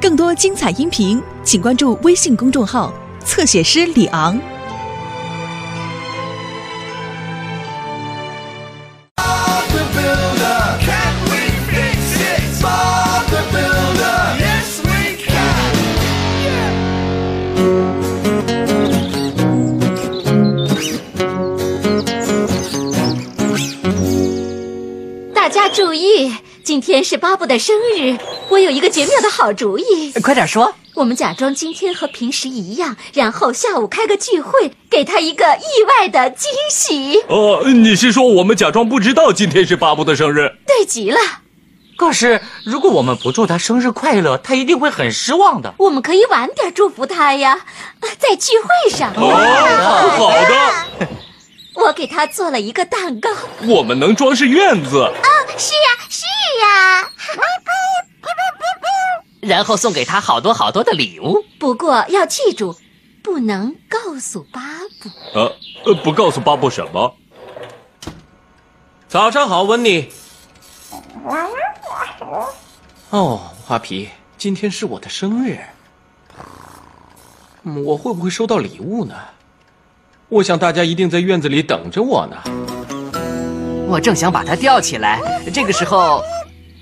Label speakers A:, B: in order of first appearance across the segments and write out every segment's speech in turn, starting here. A: 更多精彩音频，请关注微信公众号“侧写师李昂”。
B: Bob the Builder. Can we fix it? Bob the Builder. Yes, we can.
C: 大家注意，今天是巴布的生日，我有一个绝妙的好主意。
D: 呃快点说，
C: 我们假装今天和平时一样，然后下午开个聚会，给他一个意外的惊喜。
E: 哦，你是说我们假装不知道今天是巴布的生日？
C: 对极了，
D: 可
F: 哎
D: 是如果我们不祝他生日快乐，他一定会很失望的。
C: 我们可以晚点祝福他呀，啊在聚会上。
E: 哦，好的，
C: 我给他做了一个蛋糕。
E: 我们能装饰院子。
C: 是呀、是呀、
D: 然后送给他好多好多的礼物。
C: 不过要记住，不能告诉巴布。
E: 呃，呃不告诉巴布什么？
G: 早上好，温妮。
F: 哦，花皮，今天是我的生日，嗯我会不会收到礼物呢？我想大家一定在院子里等着我呢。
D: 我正想把它吊起来，这个时候，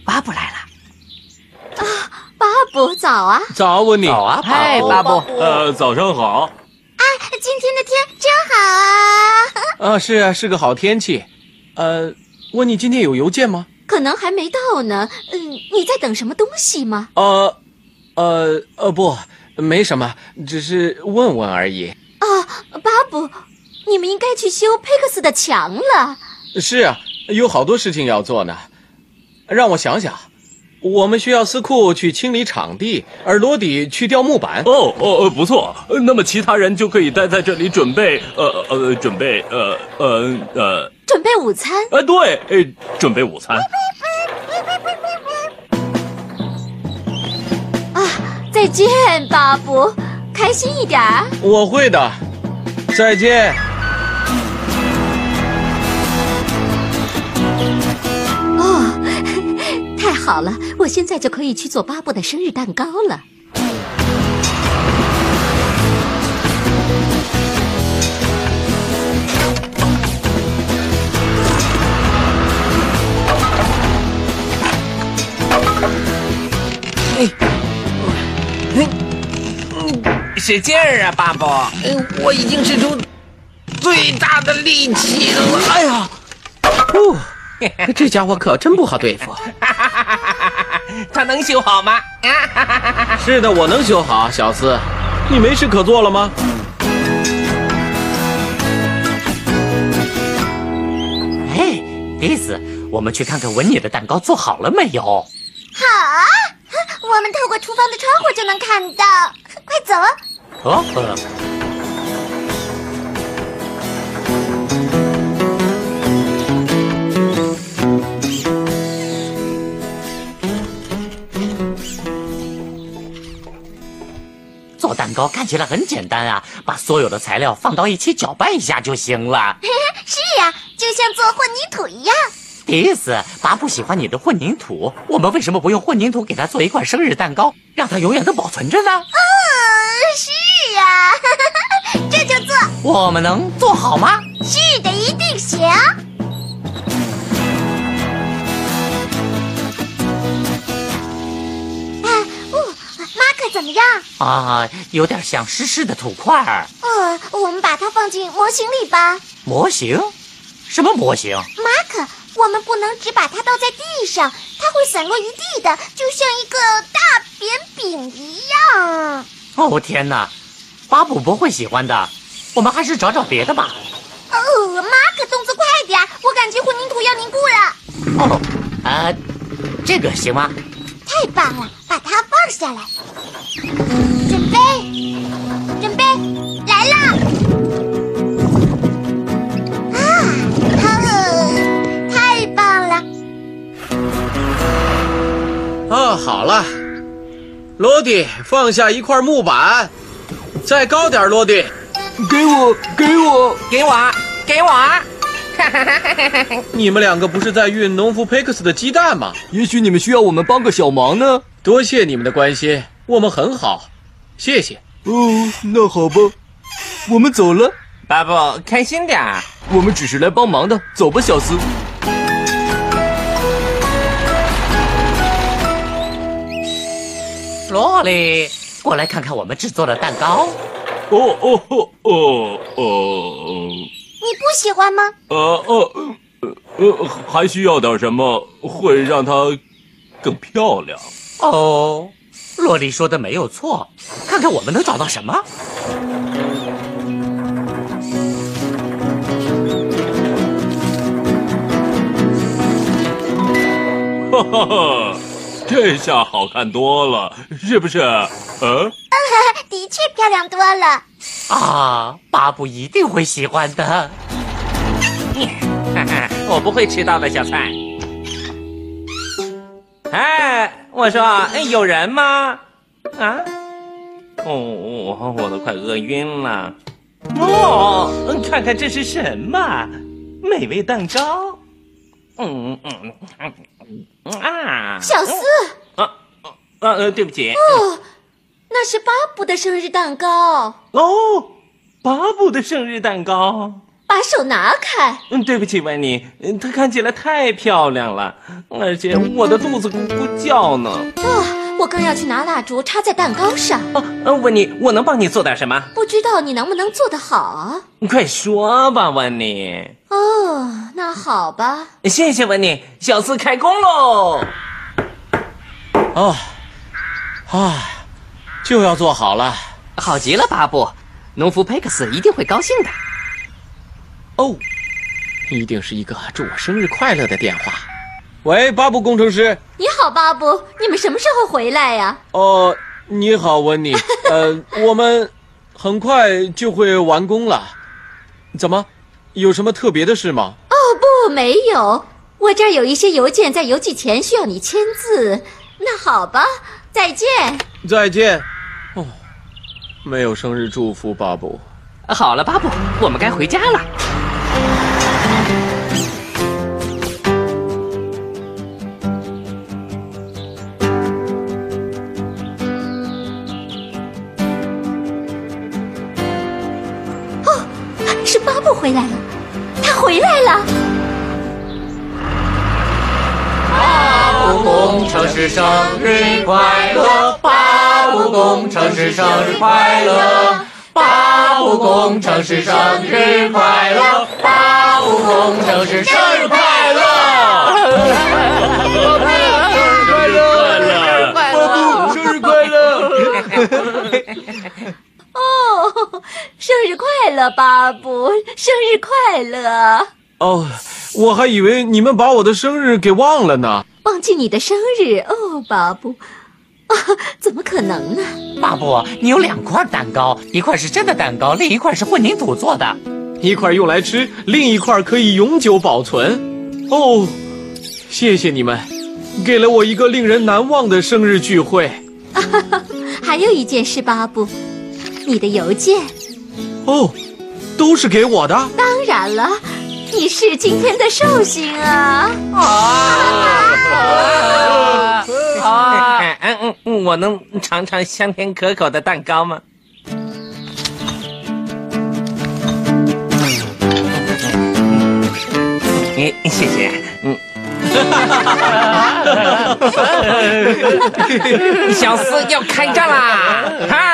D: 巴布来了。
C: 巴布早啊！
F: 早，温妮。
D: 早啊，嗨，巴布，
E: 呃，早上好。
C: 今天的天真好啊！
F: 啊，是啊，是个好天气。呃，温妮，今天有邮件吗？
C: 可能还没到呢。嗯，你在等什么东西吗？
F: 呃，呃，呃，不，没什么，只是问问而已。
C: 啊巴布，你们应该去修佩克斯的墙了。
F: 是啊，有好多事情要做呢。让我想想，我们需要司库去清理场地，而罗迪去掉木板。
E: 哦哦，呃不错。呃那么其他人就可以待在这里准备，呃呃，准备，呃呃呃，
C: 准备午餐，
E: 呃，对，呃，准备午餐。
C: 再见，巴布，开心一点儿。
F: 我会的，再见。
C: 太好了，我现在就可以去做巴布的生日蛋糕了。
D: 使劲儿啊，巴布！
G: 我已经使出最大的力气了。哎呀，哦，这家伙可真不好对付。
D: 他能修好吗？
F: 是的，我能修好，小斯。你没事可做了吗？
D: 哎，迪斯，我们去看看文妮的蛋糕做好了没有？
C: 啊我们透过厨房的窗户就能看到， 快走！
D: 哦，呃做蛋糕看起来很简单啊，把所有的材料放到一起搅拌一下就行了。
C: 是呀、就像做混凝土一样。
D: 迪斯，爸不喜欢你的混凝土，我们为什么不用混凝土给他做一块生日蛋糕，让他永远的保存着呢？
C: 嗯，是呀、 这就做，
D: 我们能做好吗？
C: 是的，一定行。马克怎么样？
D: 啊，有点像湿湿的土块儿。
C: 呃，我们把它放进模型里吧。
D: 模型？什么模型？
C: 马可，我们不能只把它倒在地上，它会散落一地的，就像一个大扁饼一样。
D: 哦天哪，巴布不会喜欢的。我们还是找找别的吧。
C: 哦，马可，动作快点，我感觉混凝土要凝固了。
D: 哦，呃，这个行吗？
C: 太棒了，把它放下来。准备，准备，来啦！啊，好饿，太棒了！
F: 啊，好了，罗迪，放下一块木板，再高点，罗迪。给我，给我！
D: 给我，给我。
F: 你们两个不是在运农夫佩克斯的鸡蛋吗？
G: 也许你们需要我们帮个小忙呢。
F: 多谢你们的关心，我们很好，谢谢。
H: 哦，那好吧，我们走了。
D: 巴布，开心点儿。
H: 我们只是来帮忙的，走吧，小斯。
D: 洛丽，过来看看我们制作的蛋糕。
E: 哦哦哦哦哦
C: 你不喜欢吗？
E: 呃哦呃呃，还需要点什么会让它更漂亮？
D: 哦，洛丽说的没有错，看看我们能找到什么。
E: 哈哈哈，这下好看多了，是不是？嗯、
C: 的确漂亮多了。
D: 啊，巴布一定会喜欢的。我不会迟到的，小菜。哎，我说，哎，有人吗？啊？哦，我我都快饿晕了。哦，看看这是什么？美味蛋糕。嗯嗯嗯嗯啊！
C: 小四，
D: 啊啊呃，对不起。
C: 那是巴布的生日蛋糕，
D: 哦，巴布的生日蛋糕。
C: 把手拿开。
D: 嗯，对不起，温妮，嗯她看起来太漂亮了，而且我的肚子咕咕叫呢。
C: 哦，我刚要去拿蜡烛插在蛋糕上，
D: 哦，呃温妮，我能帮你做点什么？
C: 不知道你能不能做得好啊？
D: 你快说吧，温妮。
C: 哦，那好吧。
D: 谢谢温妮，小四开工喽。
F: 哦，啊，就要做好了。
I: 好极了，巴布，农夫佩克斯一定会高兴的。
F: 哦，一定是一个祝我生日快乐的电话。喂，巴布工程师。
C: 你好，巴布，你们什么时候回来呀、
F: 哦，你好，温 妮。呃，我们很快就会完工了。怎么，有什么特别的事吗？
C: 哦，不，没有，我这儿有一些邮件在邮寄前需要你签字。那好吧，再见。
F: 再见。哦，没有生日祝福，巴布。
I: 好了，巴布，我们该回家了。
C: 是巴布回来了，他回来了。
D: 工程师生日快乐！巴布工程师生日快乐！巴布工程师生日快乐！巴布工程师生日快乐！
E: 快乐！
H: 巴布，
F: 哦
H: 生日快乐！
C: 哦，生日快乐，巴布！生日快乐！
F: 哦，我还以为你们把我的生日给忘了呢。
C: 忘记你的生日哦，巴布。啊，怎么可能呢？
D: 巴布，你有两块蛋糕，一块是真的蛋糕，另一块是混凝土做的。
F: 一块用来吃，另一块可以永久保存。哦，谢谢你们，给了我一个令人难忘的生日聚会。
C: 还有一件事，巴布，你的邮件。
F: 哦，都是给我的。
C: 当然了，你是今天的寿星啊！
I: 啊，
D: 嗯嗯嗯，我能尝尝香甜可口的蛋糕吗？哎，谢谢。嗯，
I: 小四要开战啦！啊！